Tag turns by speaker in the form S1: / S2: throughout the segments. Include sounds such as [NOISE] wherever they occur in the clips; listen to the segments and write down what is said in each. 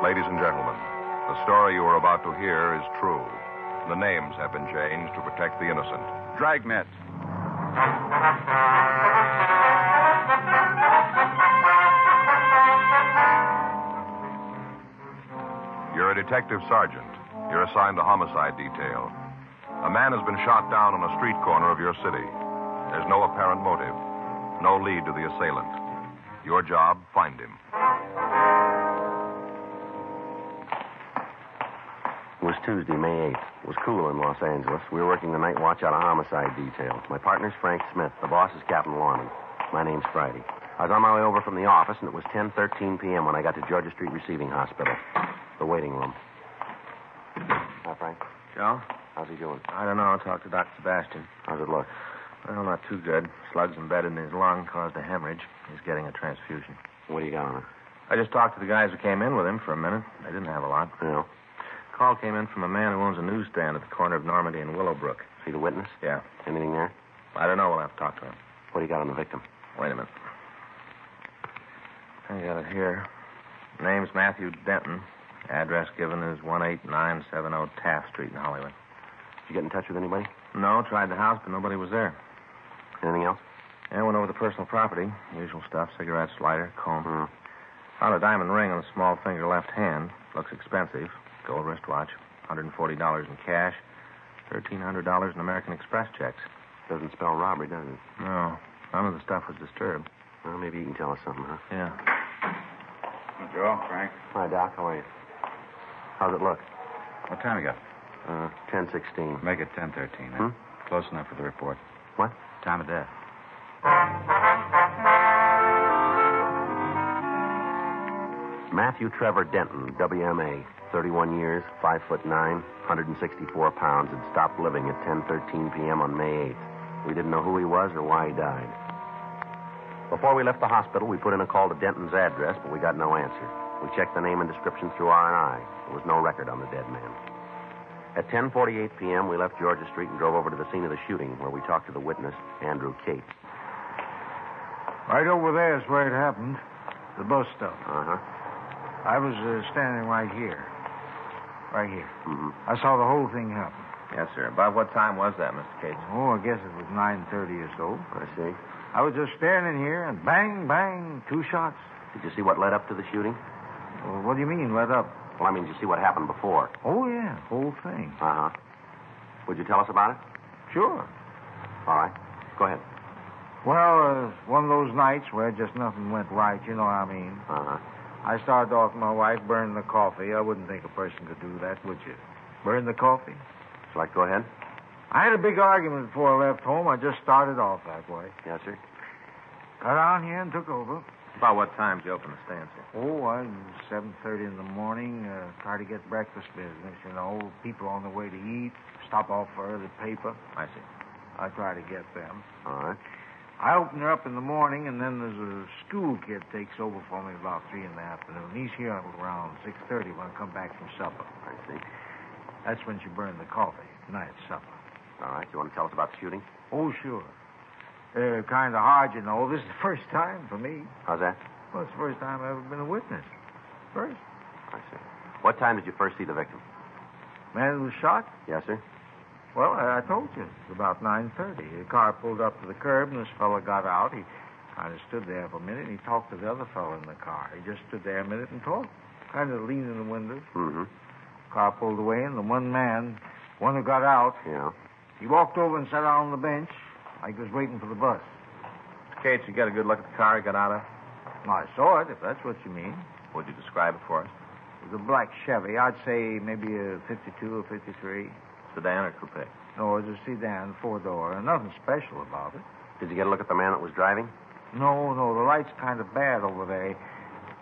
S1: Ladies and gentlemen, the story you are about to hear is true. The names have been changed to protect the innocent.
S2: Dragnet.
S1: You're a detective sergeant. You're assigned to homicide detail. A man has been shot down on a street corner of your city. There's no apparent motive, no lead to the assailant. Your job, find him.
S3: It was Tuesday, May 8th. It was cool in Los Angeles. We were working the night watch out of homicide detail. My partner's Frank Smith. The boss is Captain Lorman. My name's Friday. I was on my way over from the office, and it was 10.13 p.m. when I got to Georgia Street Receiving Hospital, the waiting room. Hi, Frank.
S4: Joe?
S3: How's he doing?
S4: I don't know. I'll talk to Dr. Sebastian.
S3: How's it look?
S4: Well, not too good. Slugs embedded in his lung caused a hemorrhage. He's getting a transfusion.
S3: What do you got on him?
S4: I just talked to the guys who came in with him for a minute. They didn't have a lot.
S3: No.
S4: Call came in from a man who owns a newsstand at the corner of Normandy and Willowbrook.
S3: See the witness?
S4: Yeah.
S3: Anything there?
S4: I don't know. We'll have to talk to him.
S3: What do you got on the victim?
S4: Wait a minute. I got it here. Name's Matthew Denton. Address given is 18970 Taft Street in Hollywood.
S3: Did you get in touch with anybody?
S4: No, tried the house, but nobody was there.
S3: Anything else?
S4: And went over the personal property. Usual stuff cigarettes, lighter, comb.
S3: Hmm.
S4: Found a diamond ring on the small finger left hand. Looks expensive. Gold wristwatch. $140 in cash. $1,300 in American Express checks.
S3: Doesn't spell robbery, does it?
S4: No, none of the stuff was disturbed.
S3: Well, maybe you can tell us something, huh?
S4: Yeah.
S2: Joe, Frank.
S3: Hi, Doc. How are you? How's it look?
S2: What time you got?
S3: Uh, 10.16.
S2: Make it 10.13. Huh? Close enough for the report.
S3: What?
S2: Time of death.
S3: Matthew Trevor Denton, WMA, 31 years, 5 foot 9, 164 pounds, had stopped living at 10:13 p.m. on May 8th. We didn't know who he was or why he died. Before we left the hospital, we put in a call to Denton's address, but we got no answer. We checked the name and description through R&I. There was no record on the dead man. At 10:48 p.m., we left Georgia Street and drove over to the scene of the shooting, where we talked to the witness, Andrew Cates.
S5: Right over there is where it happened. The bus stop.
S3: Uh-huh.
S5: I was uh, standing right here. Right here.
S3: Mm-hmm.
S5: I saw the whole thing happen.
S4: Yes, sir. About what time was that, Mr. Cates?
S5: Oh, I guess it was 9.30 or so.
S3: I see.
S5: I was just standing here, and bang, bang, two shots.
S3: Did you see what led up to the shooting?
S5: Well, what do you mean, let up?
S3: Well, I mean, did you see what happened before?
S5: Oh, yeah, whole thing.
S3: Uh huh. Would you tell us about it?
S5: Sure.
S3: All right. Go ahead.
S5: Well, uh, one of those nights where just nothing went right, you know what I mean.
S3: Uh huh.
S5: I started off my wife burning the coffee. I wouldn't think a person could do that, would you? Burn the coffee?
S3: Shall I go ahead?
S5: I had a big argument before I left home. I just started off that way.
S3: Yes, sir.
S5: Got down here and took over.
S4: About what time did you open the stand, sir?
S5: Oh, I'm seven thirty in the morning. Uh, try to get breakfast business, you know. People on the way to eat. Stop off for early paper.
S4: I see.
S5: I try to get them.
S3: All right.
S5: I open her up in the morning, and then there's a school kid takes over for me about three in the afternoon. He's here around six thirty when I come back from supper.
S3: I see.
S5: That's when she burned the coffee. Night supper.
S3: All right. You want to tell us about the shooting?
S5: Oh, sure. Uh, kind of hard, you know. This is the first time for me.
S3: How's that?
S5: Well, it's the first time I've ever been a witness. First.
S3: I see. What time did you first see the victim?
S5: Man who was shot?
S3: Yes, sir.
S5: Well, I, I told you. It's about 9.30. The car pulled up to the curb, and this fellow got out. He kind of stood there for a minute, and he talked to the other fellow in the car. He just stood there a minute and talked, kind of leaned in the window.
S3: Mm-hmm.
S5: Car pulled away, and the one man, one who got out,
S3: Yeah.
S5: he walked over and sat down on the bench like he was waiting for the bus.
S4: Mr. Cates, you got a good look at the car he got out of?
S5: Now, I saw it, if that's what you mean.
S4: Would you describe it for us?
S5: It was a black Chevy. I'd say maybe a 52 or 53.
S4: Sedan or coupe?
S5: No, it was a sedan, four-door. Nothing special about it.
S3: Did you get a look at the man that was driving?
S5: No, no, the light's kind of bad over there.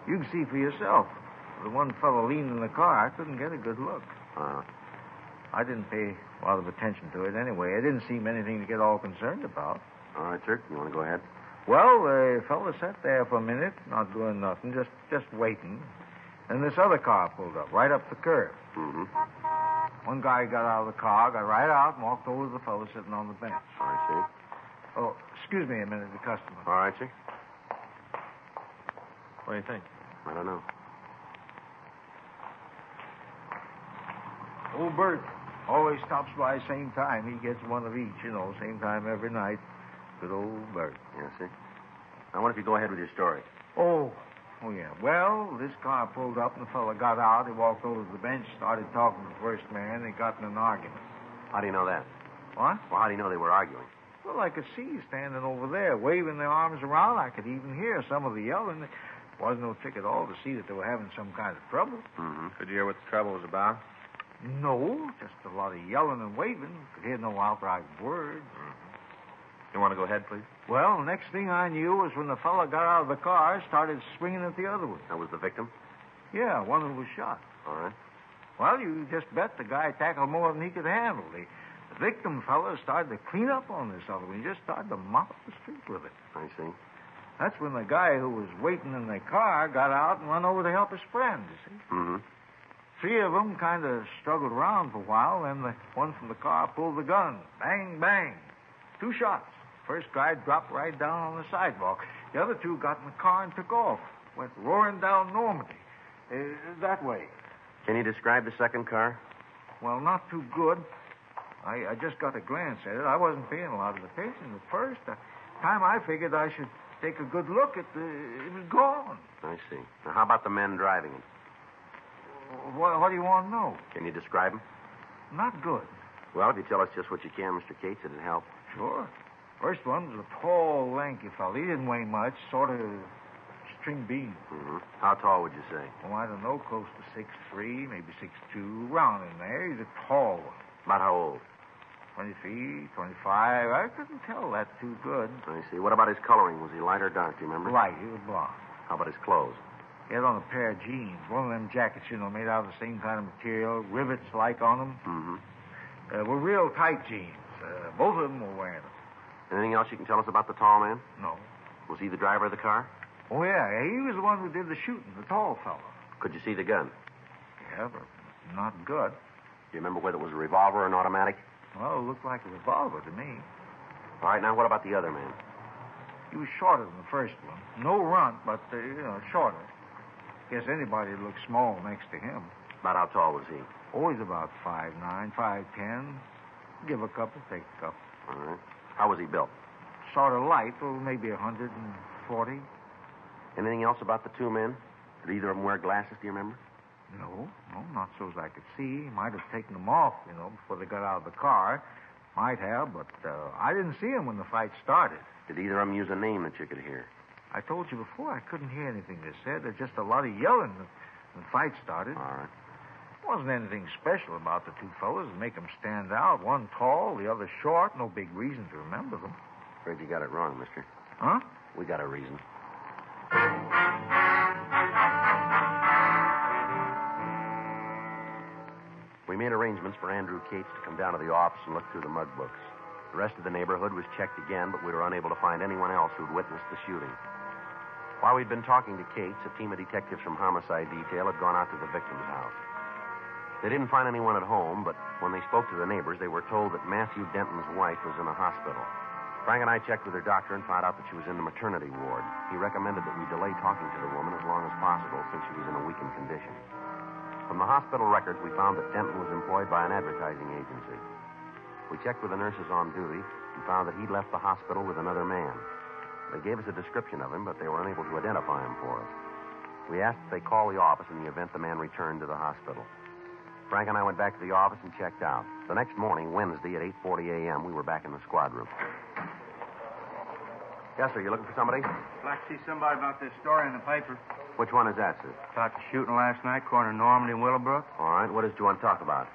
S5: You can see for yourself. The one fellow leaned in the car. I couldn't get a good look.
S3: Uh,
S5: I didn't pay a lot of attention to it anyway. It didn't seem anything to get all concerned about.
S3: all right, sir. You want to go ahead?
S5: Well, the fella sat there for a minute, not doing nothing, just just waiting. And this other car pulled up, right up the curb.
S3: Mm-hmm.
S5: One guy got out of the car, got right out, and walked over to the fellow sitting on the bench.
S3: All right, sir.
S5: Oh, excuse me a minute, the customer.
S3: All right, sir.
S4: What do you think?
S3: I don't know.
S5: Old Bert always stops by same time. He gets one of each, you know, same time every night. Good old Bert.
S3: Yes, sir. I wonder if you go ahead with your story.
S5: Oh, oh yeah. Well, this car pulled up, and the fella got out. He walked over to the bench, started talking to the first man. They got in an argument.
S3: How do you know that?
S5: What?
S3: Well, how do you know they were arguing?
S5: Well, I could see you standing over there, waving their arms around. I could even hear some of the yelling. It wasn't no trick at all to see that they were having some kind of trouble.
S3: Mm-hmm.
S4: Could you hear what the trouble was about?
S5: No, just a lot of yelling and waving. Could hear no outright words.
S4: You want to go ahead, please?
S5: Well, next thing I knew was when the fella got out of the car, started swinging at the other one.
S3: That was the victim?
S5: Yeah, one who was shot.
S3: All right.
S5: Well, you just bet the guy tackled more than he could handle. The, the victim fella started to clean up on this other one. He just started to mop up the street with it.
S3: I see.
S5: That's when the guy who was waiting in the car got out and went over to help his friend, you see.
S3: Mm-hmm.
S5: Three of them kind of struggled around for a while, then the one from the car pulled the gun. Bang, bang. Two shots. First guy dropped right down on the sidewalk. The other two got in the car and took off. Went roaring down Normandy. Uh, that way.
S3: Can you describe the second car?
S5: Well, not too good. I, I just got a glance at it. I wasn't paying a lot of attention at first. The time I figured I should take a good look at the, it was gone.
S3: I see. Now, how about the men driving it?
S5: What, what do you want to know?
S3: Can you describe them?
S5: Not good.
S3: Well, if you tell us just what you can, Mr. Cates, it'd help.
S5: Sure. First one was a tall, lanky fellow. He didn't weigh much, sort of string bean.
S3: Mm-hmm. How tall would you say?
S5: Oh, I don't know, close to six three, maybe six two, round in there. He's a tall one.
S3: About how old?
S5: Twenty three, twenty five. I couldn't tell that too good.
S3: I see. What about his coloring? Was he light or dark? Do you remember?
S5: Light, he was blond.
S3: How about his clothes?
S5: He had on a pair of jeans, one of them jackets, you know, made out of the same kind of material, rivets like on them.
S3: Mm-hmm.
S5: Uh, were real tight jeans. Uh, both of them were wearing them.
S3: Anything else you can tell us about the tall man?
S5: No.
S3: Was he the driver of the car?
S5: Oh, yeah, he was the one who did the shooting, the tall fellow.
S3: Could you see the gun?
S5: Yeah, but not good.
S3: Do you remember whether it was a revolver or an automatic?
S5: Well, it looked like a revolver to me.
S3: All right, now what about the other man?
S5: He was shorter than the first one. No runt, but, uh, you know, shorter. Guess anybody would look small next to him.
S3: About how tall was he?
S5: Always about five nine, five ten. Give a couple, take a couple.
S3: All right. Uh-huh. How was he built?
S5: Sort of light, well, maybe a 140.
S3: Anything else about the two men? Did either of them wear glasses? Do you remember?
S5: No, no, not so as I could see. He might have taken them off, you know, before they got out of the car. Might have, but uh, I didn't see him when the fight started.
S3: Did either of them use a name that you could hear?
S5: I told you before I couldn't hear anything they said. There's just a lot of yelling when when the fight started.
S3: All right.
S5: Wasn't anything special about the two fellows to make them stand out. One tall, the other short. No big reason to remember them.
S3: Afraid you got it wrong, mister.
S5: Huh?
S3: We got a reason. We made arrangements for Andrew Cates to come down to the office and look through the mug books. The rest of the neighborhood was checked again, but we were unable to find anyone else who'd witnessed the shooting. While we'd been talking to Cates, a team of detectives from Homicide Detail had gone out to the victim's house. They didn't find anyone at home, but when they spoke to the neighbors, they were told that Matthew Denton's wife was in a hospital. Frank and I checked with her doctor and found out that she was in the maternity ward. He recommended that we delay talking to the woman as long as possible since she was in a weakened condition. From the hospital records, we found that Denton was employed by an advertising agency. We checked with the nurses on duty and found that he'd left the hospital with another man. They gave us a description of him, but they were unable to identify him for us. We asked that they call the office in the event the man returned to the hospital. Frank and I went back to the office and checked out. The next morning, Wednesday at 8:40 a.m., we were back in the squad room. Yes, sir. You looking for somebody?
S6: I'd like to see somebody about this story in the paper.
S3: Which one is that, sir?
S6: About the shooting last night, corner of Normandy and Willowbrook.
S3: All right. What is it you want to talk about?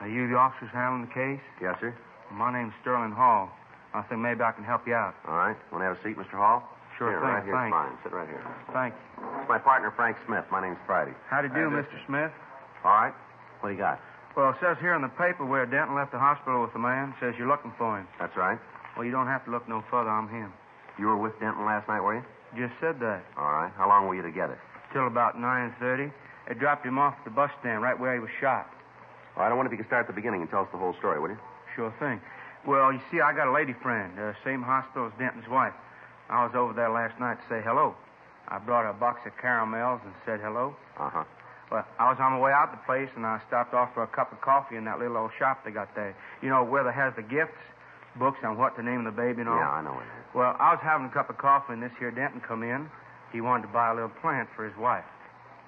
S6: Are you the officers handling the case?
S3: Yes, sir.
S6: My name's Sterling Hall. I think maybe I can help you out.
S3: All right. Want to have a seat, Mr. Hall?
S6: Sure
S3: here,
S6: thing.
S3: right here's
S6: Thanks.
S3: fine. Sit right here.
S6: Thanks.
S3: It's my partner, Frank Smith. My name's Friday.
S6: How do you do, Mr. Smith?
S3: All right? What do you got?
S6: Well, it says here in the paper where Denton left the hospital with the man. Says you're looking for him.
S3: That's right.
S6: Well, you don't have to look no further. I'm him.
S3: You were with Denton last night, were you?
S6: Just said that.
S3: All right. How long were you together?
S6: Till about 9.30. They dropped him off at the bus stand right where he was shot.
S3: Well, I don't wonder if you can start at the beginning and tell us the whole story, would you?
S6: Sure thing. Well, you see, I got a lady friend, uh, same hospital as Denton's wife. I was over there last night to say hello. I brought her a box of caramels and said hello.
S3: Uh huh.
S6: Well, I was on my way out the place, and I stopped off for a cup of coffee in that little old shop they got there. You know, where they has the gifts, books on what to name the baby and all.
S3: Yeah, I know it is.
S6: Well, I was having a cup of coffee, and this here Denton come in. He wanted to buy a little plant for his wife.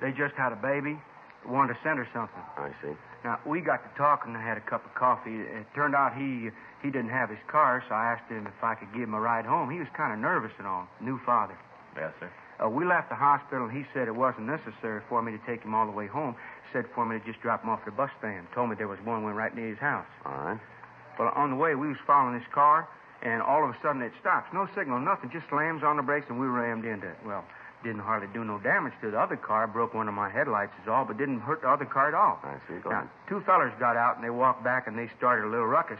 S6: They just had a baby. Wanted to send her something.
S3: I see.
S6: Now we got to talking. I had a cup of coffee. It turned out he he didn't have his car, so I asked him if I could give him a ride home. He was kind of nervous and all. New father.
S4: Yes, sir.
S6: Uh, we left the hospital, and he said it wasn't necessary for me to take him all the way home. Said for me to just drop him off at the bus stand. Told me there was one went right near his house.
S3: All right.
S6: Well, on the way, we was following this car, and all of a sudden it stops. No signal, nothing. Just slams on the brakes, and we rammed into it. Well, didn't hardly do no damage to the other car. Broke one of my headlights is all, but didn't hurt the other car at all.
S3: I see. Go
S6: Now,
S3: ahead.
S6: two fellers got out, and they walked back, and they started a little ruckus.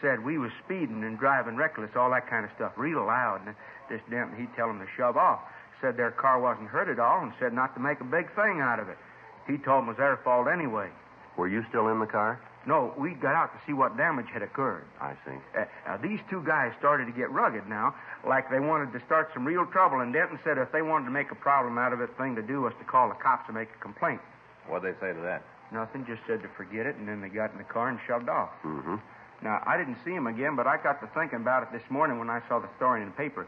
S6: Said we was speeding and driving reckless, all that kind of stuff, real loud. And this damn, he tell them to shove off. Said their car wasn't hurt at all, and said not to make a big thing out of it. He told 'em it was their fault anyway.
S3: Were you still in the car?
S6: No, we got out to see what damage had occurred.
S3: I see.
S6: Uh, now, these two guys started to get rugged now, like they wanted to start some real trouble, and Denton said if they wanted to make a problem out of it, the thing to do was to call the cops and make a complaint.
S4: What'd they say to that?
S6: Nothing, just said to forget it, and then they got in the car and shoved off.
S3: Mm-hmm.
S6: Now, I didn't see him again, but I got to thinking about it this morning when I saw the story in the paper.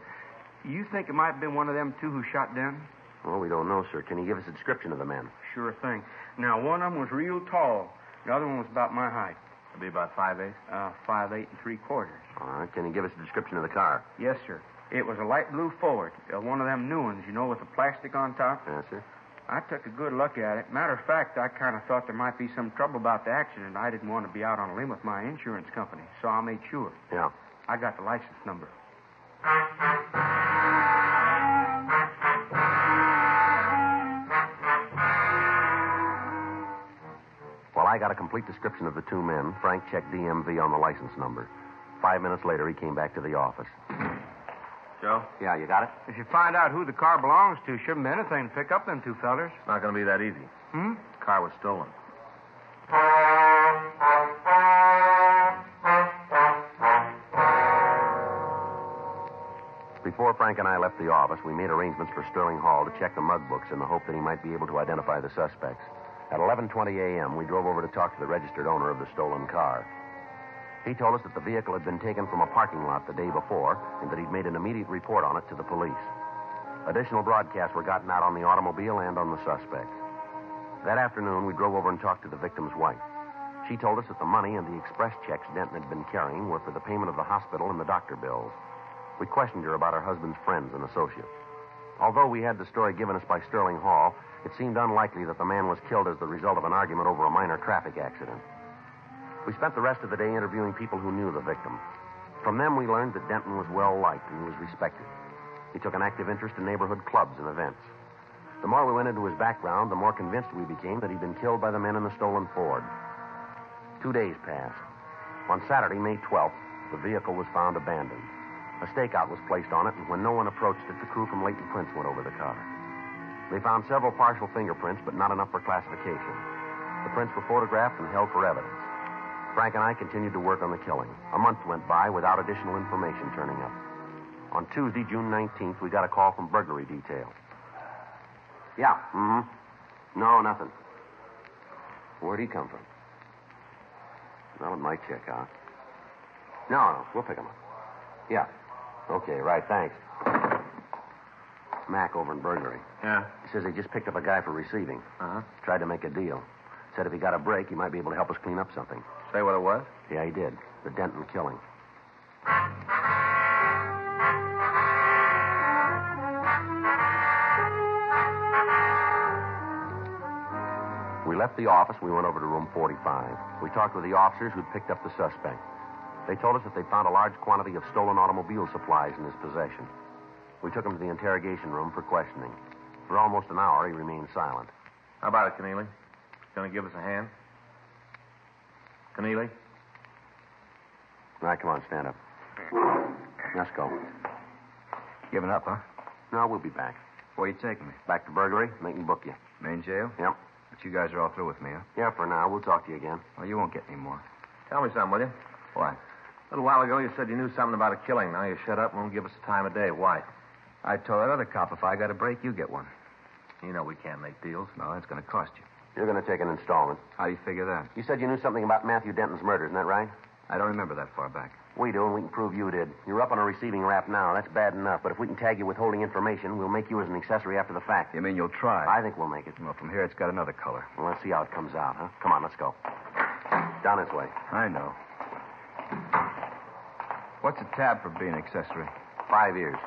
S6: You think it might have been one of them two who shot Denton?
S3: Well, we don't know, sir. Can you give us a description of the man?
S6: Sure thing. Now, one of them was real tall. The other one was about my height,
S4: It'd be about five eight.
S6: uh, five eight and three quarters.
S3: All right. Can you give us a description of the car?
S6: Yes, sir. It was a light blue Ford, uh, one of them new ones, you know, with the plastic on top.
S3: Yes, sir.
S6: I took a good look at it. Matter of fact, I kind of thought there might be some trouble about the accident. I didn't want to be out on a limb with my insurance company, so I made sure.
S3: Yeah.
S6: I got the license number.
S3: Well, I got a complete description of the two men. Frank checked DMV on the license number. Five minutes later, he came back to the office.
S4: Joe?
S3: Yeah, you got it?
S6: If you find out who the car belongs to, shouldn't be anything to pick up them two fellers.
S4: It's not going to be that easy.
S6: Hmm?
S4: The car was stolen.
S3: Before Frank and I left the office, we made arrangements for Sterling Hall to check the mug books in the hope that he might be able to identify the suspects. At 11:20 a.m., we drove over to talk to the registered owner of the stolen car. He told us that the vehicle had been taken from a parking lot the day before and that he'd made an immediate report on it to the police. Additional broadcasts were gotten out on the automobile and on the suspects. That afternoon, we drove over and talked to the victim's wife. She told us that the money and the express checks Denton had been carrying were for the payment of the hospital and the doctor bills. We questioned her about her husband's friends and associates. Although we had the story given us by Sterling Hall, it seemed unlikely that the man was killed as the result of an argument over a minor traffic accident. We spent the rest of the day interviewing people who knew the victim. From them, we learned that Denton was well liked and was respected. He took an active interest in neighborhood clubs and events. The more we went into his background, the more convinced we became that he'd been killed by the men in the stolen Ford. Two days passed. On Saturday, May 12th, the vehicle was found abandoned. A stakeout was placed on it, and when no one approached it, the crew from Leighton Prince went over the car. They found several partial fingerprints, but not enough for classification. The prints were photographed and held for evidence. Frank and I continued to work on the killing. A month went by without additional information turning up. On Tuesday, June 19th, we got a call from burglary detail. Yeah. Mm hmm. No, nothing. Where'd he come from? Well, it might check out. No, no, we'll pick him up. Yeah. Okay, right, thanks. Mac over in burglary.
S4: Yeah.
S3: He says they just picked up a guy for receiving.
S4: Uh huh.
S3: Tried to make a deal. Said if he got a break, he might be able to help us clean up something.
S4: Say what it was?
S3: Yeah, he did. The Denton killing. We left the office. We went over to room 45. We talked with the officers who'd picked up the suspect. They told us that they found a large quantity of stolen automobile supplies in his possession. We took him to the interrogation room for questioning. For almost an hour, he remained silent.
S5: How about it, Keneally? Gonna give us a hand? Keneally?
S3: All right, come on, stand up. Let's go.
S6: Giving up, huh?
S3: No, we'll be back.
S6: Where you taking me?
S3: Back to burglary, and they can book you.
S6: Main jail?
S3: Yep.
S6: But you guys are all through with me, huh?
S3: Yeah, for now. We'll talk to you again.
S6: Well, you won't get any more.
S5: Tell me something, will you?
S6: Why?
S5: A little while ago, you said you knew something about a killing. Now you shut up and won't give us the time of day. Why?
S6: I told that other cop if I got a break, you get one.
S5: You know we can't make deals.
S6: No, that's going to cost you.
S3: You're going to take an installment.
S6: How do you figure that?
S3: You said you knew something about Matthew Denton's murder, isn't that right?
S6: I don't remember that far back.
S3: We do, and we can prove you did. You're up on a receiving rap now. That's bad enough. But if we can tag you withholding information, we'll make you as an accessory after the fact.
S6: You mean you'll try?
S3: I think we'll make it.
S6: Well, from here, it's got another color.
S3: Well, let's see how it comes out, huh? Come on, let's go. Down this way.
S6: I know. What's a tab for being accessory?
S3: Five years.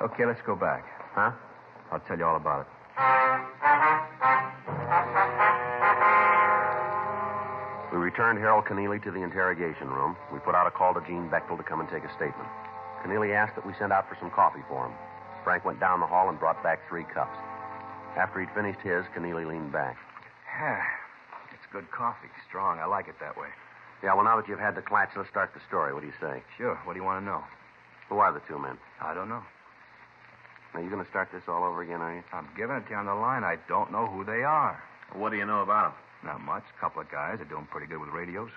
S6: Okay, let's go back.
S3: Huh?
S6: I'll tell you all about it.
S3: We returned Harold Keneally to the interrogation room. We put out a call to Gene Bechtel to come and take a statement. Keneally asked that we send out for some coffee for him. Frank went down the hall and brought back three cups. After he'd finished his, Keneally leaned back.
S6: it's good coffee. Strong. I like it that way.
S3: Yeah, well, now that you've had the clatch, let's start the story. What do you say?
S6: Sure. What do you want to know?
S3: Who are the two men?
S6: I don't know.
S3: Now, you're going to start this all over again, are you?
S6: I'm giving it to you on the line. I don't know who they are.
S5: What do you know about him?
S6: Not much. A couple of guys are doing pretty good with radios.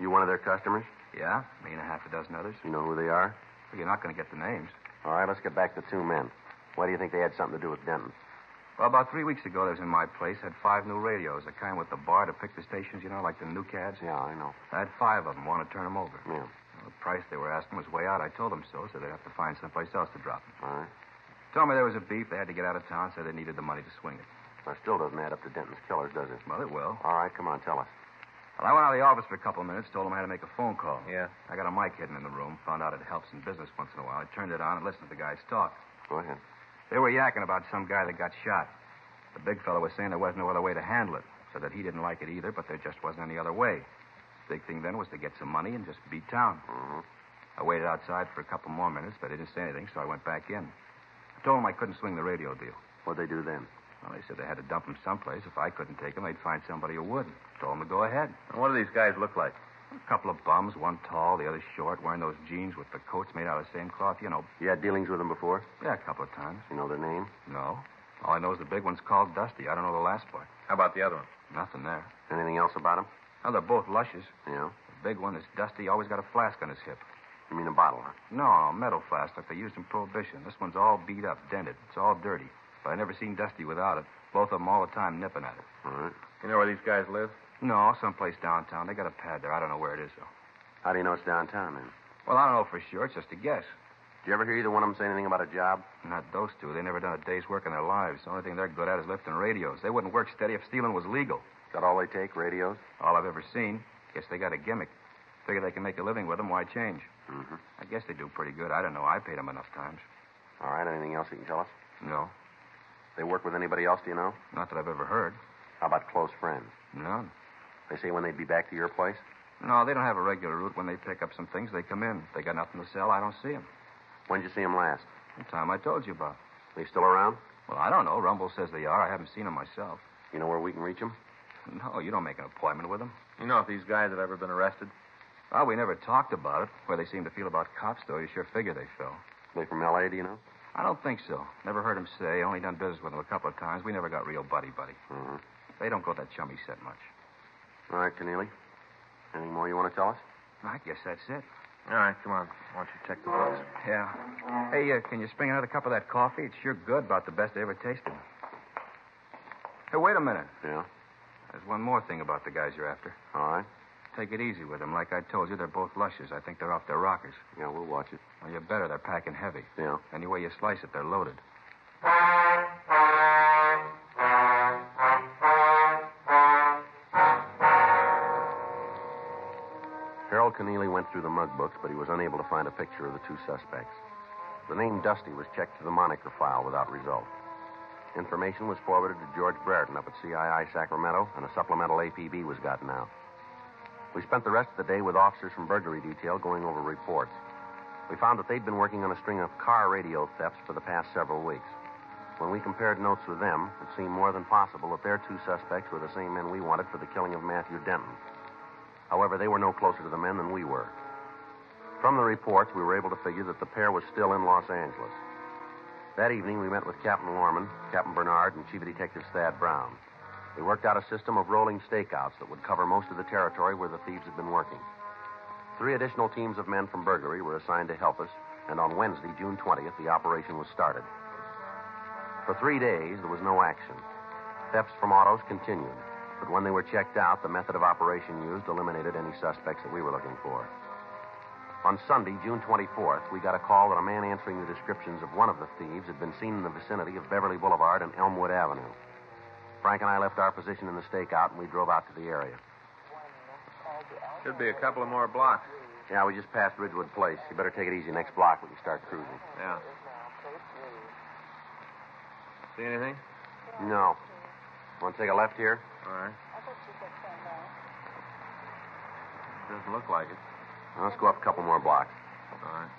S3: You one of their customers?
S6: Yeah, me and a half a dozen others.
S3: You know who they are?
S6: Well, you're not going to get the names.
S3: All right, let's get back to two men. Why do you think they had something to do with Denton?
S6: Well, about three weeks ago, they was in my place. Had five new radios, the kind with the bar to pick the stations, you know, like the new cads.
S3: Yeah, I know.
S6: I had five of them. Want to turn them over.
S3: Yeah,
S6: The price they were asking was way out. I told them so, so they'd have to find someplace else to drop them.
S3: all right.
S6: Told me there was a beef. They had to get out of town, so they needed the money to swing it.
S3: That still doesn't add up to Denton's killers, does it?
S6: Well, it will.
S3: All right, come on, tell us.
S6: Well, I went out of the office for a couple of minutes, told them I had to make a phone call.
S5: Yeah.
S6: I got a mic hidden in the room, found out it helps in business once in a while. I turned it on and listened to the guys talk.
S3: Go ahead.
S6: They were yakking about some guy that got shot. The big fellow was saying there wasn't no other way to handle it. Said that he didn't like it either, but there just wasn't any other way. Big thing then was to get some money and just beat town.
S3: Mhm.
S6: I waited outside for a couple more minutes, but they didn't say anything, so I went back in. I told them I couldn't swing the radio deal.
S3: What'd they do then?
S6: Well, they said they had to dump him someplace. If I couldn't take him, they'd find somebody who would. Told them to go ahead.
S5: And what do these guys look like?
S6: A couple of bums, one tall, the other short, wearing those jeans with the coats made out of the same cloth, you know.
S3: You had dealings with them before?
S6: Yeah, a couple of times.
S3: You know their name?
S6: No. All I know is the big one's called Dusty. I don't know the last part.
S5: How about the other one?
S6: Nothing there.
S3: Anything else about them?
S6: Well, they're both luscious.
S3: Yeah.
S6: The big one is Dusty, always got a flask on his hip.
S3: You mean a bottle, huh?
S6: No, a metal flask like they used in Prohibition. This one's all beat up, dented. It's all dirty. But I never seen Dusty without it. Both of them all the time nipping at it.
S3: All right.
S5: You know where these guys live?
S6: No, someplace downtown. They got a pad there. I don't know where it is, though.
S3: How do you know it's downtown, then?
S6: Well, I don't know for sure. It's just a guess.
S3: Did you ever hear either one of them say anything about a job?
S6: Not those two. They never done a day's work in their lives. The only thing they're good at is lifting radios. They wouldn't work steady if stealing was legal.
S3: Is that all they take, radios?
S6: All I've ever seen. Guess they got a gimmick. Figure they can make a living with them. Why change?
S3: Mm-hmm.
S6: I guess they do pretty good. I don't know. I paid them enough times.
S3: All right, anything else you can tell us?
S6: No,
S3: They work with anybody else, do you know?
S6: not that I've ever heard.
S3: How about close friends?
S6: None.
S3: They say when they'd be back to your place?
S6: No, they don't have a regular route. When they pick up some things, they come in. If they got nothing to sell, I don't see 'em.
S3: When'd you see them last?
S6: The time I told you about.
S3: They still around?
S6: Well, I don't know. Rumble says they are. I haven't seen 'em myself. [LAUGHS]
S3: You know where we can reach them?
S6: No, you don't make an appointment with 'em.
S5: You know if these guys have ever been arrested?
S6: Well, we never talked about it. Where they seem to feel about cops, though, you sure figure they fell.
S3: They from L.A., do you know?
S6: I don't think so. Never heard 'em say. Only done business with 'em a couple of times. We never got real buddy buddy.
S3: Mhm.
S6: They don't go that chummy set much.
S3: All right, Keneally. Anything more you want to tell us?
S6: I guess that's it.
S5: All right, come on. Why don't you check the books?
S6: Yeah. Hey, uh, can you spring another cup of that coffee? It's sure good, about the best I ever tasted. Hey, wait a minute.
S3: Yeah.
S6: There's one more thing about the guys you're after.
S3: All right.
S6: Take it easy with them. Like I told you, they're both luscious. I think they're off their rockers.
S3: Yeah, we'll watch it.
S6: Well, you better. They're packing heavy.
S3: Yeah.
S6: Any way you slice it, they're loaded.
S3: Harold Keneally went through the mug books, but he was unable to find a picture of the two suspects. The name Dusty was checked to the moniker file without result. Information was forwarded to George Brereton up at CII Sacramento, and a supplemental APB was gotten out. We spent the rest of the day with officers from burglary detail going over reports. We found that they'd been working on a string of car radio thefts for the past several weeks. When we compared notes with them, it seemed more than possible that their two suspects were the same men we wanted for the killing of Matthew Denton. However, they were no closer to the men than we were. From the reports, we were able to figure that the pair was still in Los Angeles. That evening, we met with Captain Lorman, Captain Bernard, and Chief of Detective Thad Brown. We worked out a system of rolling stakeouts that would cover most of the territory where the thieves had been working. Three additional teams of men from burglary were assigned to help us, and on Wednesday, June 20th, the operation was started. For three days, there was no action. Thefts from autos continued, but when they were checked out, the method of operation used eliminated any suspects that we were looking for. On Sunday, June 24th, we got a call that a man answering the descriptions of one of the thieves had been seen in the vicinity of Beverly Boulevard and Elmwood Avenue. Frank and I left our position in the stakeout and we drove out to the area.
S5: Should be a couple of more blocks.
S3: Yeah, we just passed Ridgewood Place. You better take it easy next block when you start cruising.
S5: Yeah. See anything?
S3: No. Want to take a left here?
S5: All right. Doesn't look like it.
S3: Let's go up a couple more blocks.
S5: All right.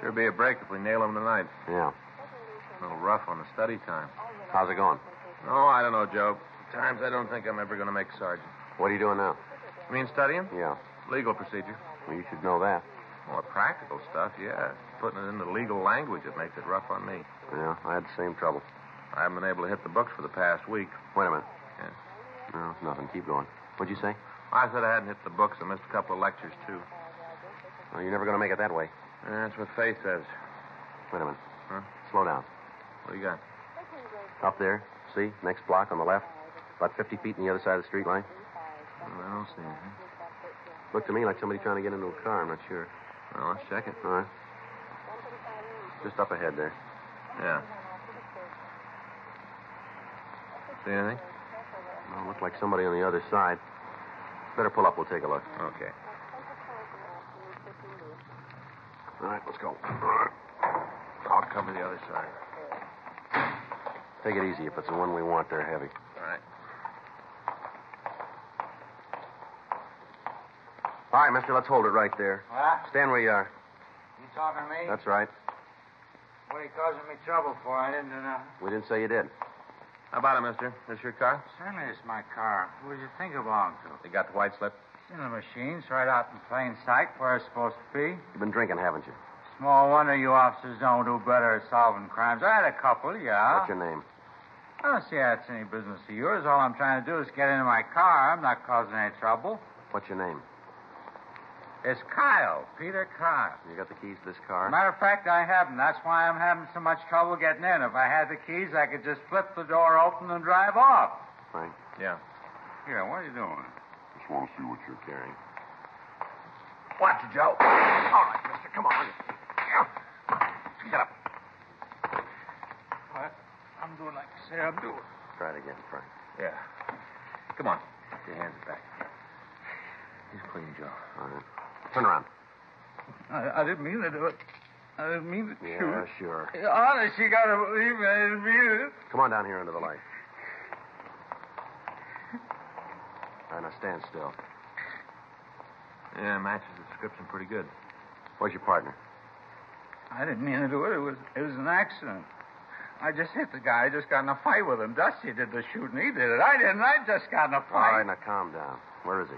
S5: Sure be a break if we nail them tonight.
S3: Yeah.
S5: A little rough on the study time.
S3: How's it going?
S5: No, I don't know, Joe. Times I don't think I'm ever going to make sergeant.
S3: What are you doing now?
S5: You mean studying?
S3: Yeah.
S5: Legal procedure.
S3: Well, you should know that.
S5: More practical stuff, yeah. Putting it in the legal language, it makes it rough on me.
S3: Yeah, I had the same trouble.
S5: I haven't been able to hit the books for the past week.
S3: Wait a minute.
S5: Yeah.
S3: No, nothing. Keep going. What'd you say?
S5: I said I hadn't hit the books. I missed a couple of lectures, too.
S3: Oh, you're never going to make it that way.
S5: Yeah, that's what Faye says.
S3: Wait a minute.
S5: Huh?
S3: Slow down.
S5: What do you got?
S3: Up there. See? Next block on the left. About 50 feet on the other side of the street line.
S5: Well, I don't see anything.
S3: Looked to me like somebody trying to get into a car. I'm not sure.
S5: Well, let's check it.
S3: All right. Just up ahead there.
S5: Yeah. See anything?
S3: Well, looked like somebody on the other side. Better pull up. We'll take a look.
S5: Okay.
S3: All right, let's go.
S5: I'll cover the other side.
S3: Take it easy. If it's the one we want, they're heavy.
S5: All right.
S3: All right, mister, let's hold it right there.
S6: Huh?
S3: Stand where you are.
S6: You talking to me?
S3: That's right.
S6: What are you causing me trouble for? I didn't do nothing.
S3: We didn't say you did.
S5: How about it, mister? This your car?
S6: Certainly it's my car. Who did you think it belonged to?
S5: You got the white slip?
S6: It's in the machines, right out in plain sight where it's supposed to be.
S3: You've been drinking, haven't you?
S6: Small wonder you officers don't do better at solving crimes. I had a couple, yeah.
S3: What's your name?
S6: I don't see how it's any business of yours. All I'm trying to do is get into my car. I'm not causing any trouble.
S3: What's your name?
S6: It's Kyle, Peter Kyle.
S3: You got the keys to this car?
S6: Matter of fact, I haven't. That's why I'm having so much trouble getting in. If I had the keys, I could just flip the door open and drive off.
S3: Frank.
S5: Yeah.
S6: Here, what are you doing?
S1: Just want to see what you're carrying.
S3: Watch it, Joe. All right, mister. Come on. Get up.
S6: I'm doing like you say I'm doing.
S3: Try it again, Frank.
S5: Yeah. Come on. Put your hands back. He's clean, Joe.
S3: All right. Turn around.
S6: I, I didn't mean to do it. I didn't mean to shoot.
S3: sure.
S6: Honest, you gotta believe me. I didn't mean it.
S3: Come on down here under the light. All right, now stand still.
S5: Yeah, matches the description pretty good.
S3: Where's your partner?
S6: I didn't mean to do it. It was it was an accident. I just hit the guy. I just got in a fight with him. Dusty did the shooting. He did it. I didn't. I just got in a
S3: All right,
S6: fight.
S3: now calm down. Where is he?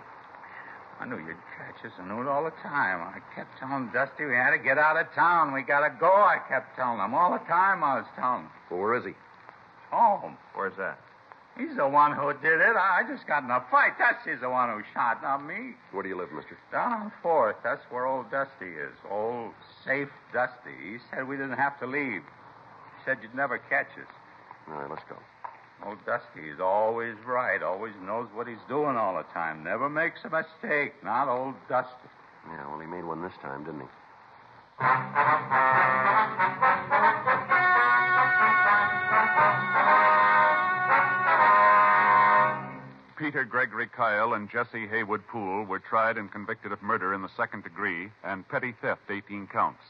S6: I knew you'd catch us. I knew it all the time. I kept telling Dusty we had to get out of town. We gotta go. I kept telling him all the time. I was telling him.
S3: Well, where is he?
S6: Home.
S5: Where's that?
S6: He's the one who did it. I I just got in a fight. Dusty's the one who shot, not me.
S3: Where do you live, mister?
S6: Down on Fourth. That's where old Dusty is. Old safe Dusty. He said we didn't have to leave. He said you'd never catch us.
S3: All right, let's go.
S6: Old Dusty is always right. Always knows what he's doing all the time. Never makes a mistake. Not old Dusty.
S3: Yeah, well, he made one this time, didn't he?
S1: Peter Gregory Kyle and Jesse Haywood Poole were tried and convicted of murder in the second degree and petty theft, 18 counts.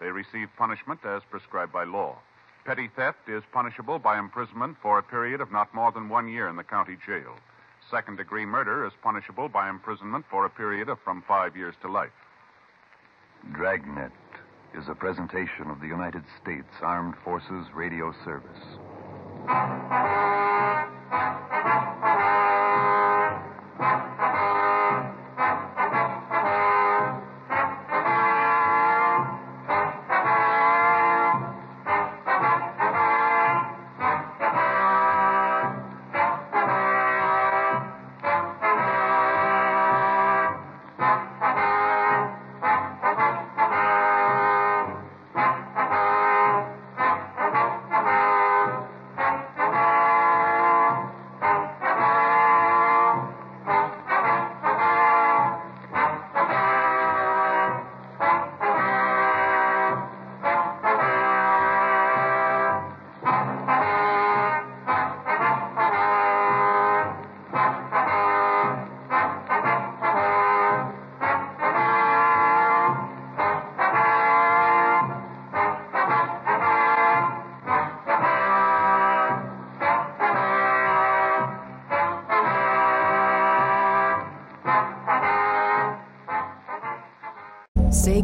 S1: They received punishment as prescribed by law. Petty theft is punishable by imprisonment for a period of not more than one year in the county jail. Second degree murder is punishable by imprisonment for a period of from five years to life.
S7: Dragnet is a presentation of the United States Armed Forces Radio Service.
S8: Say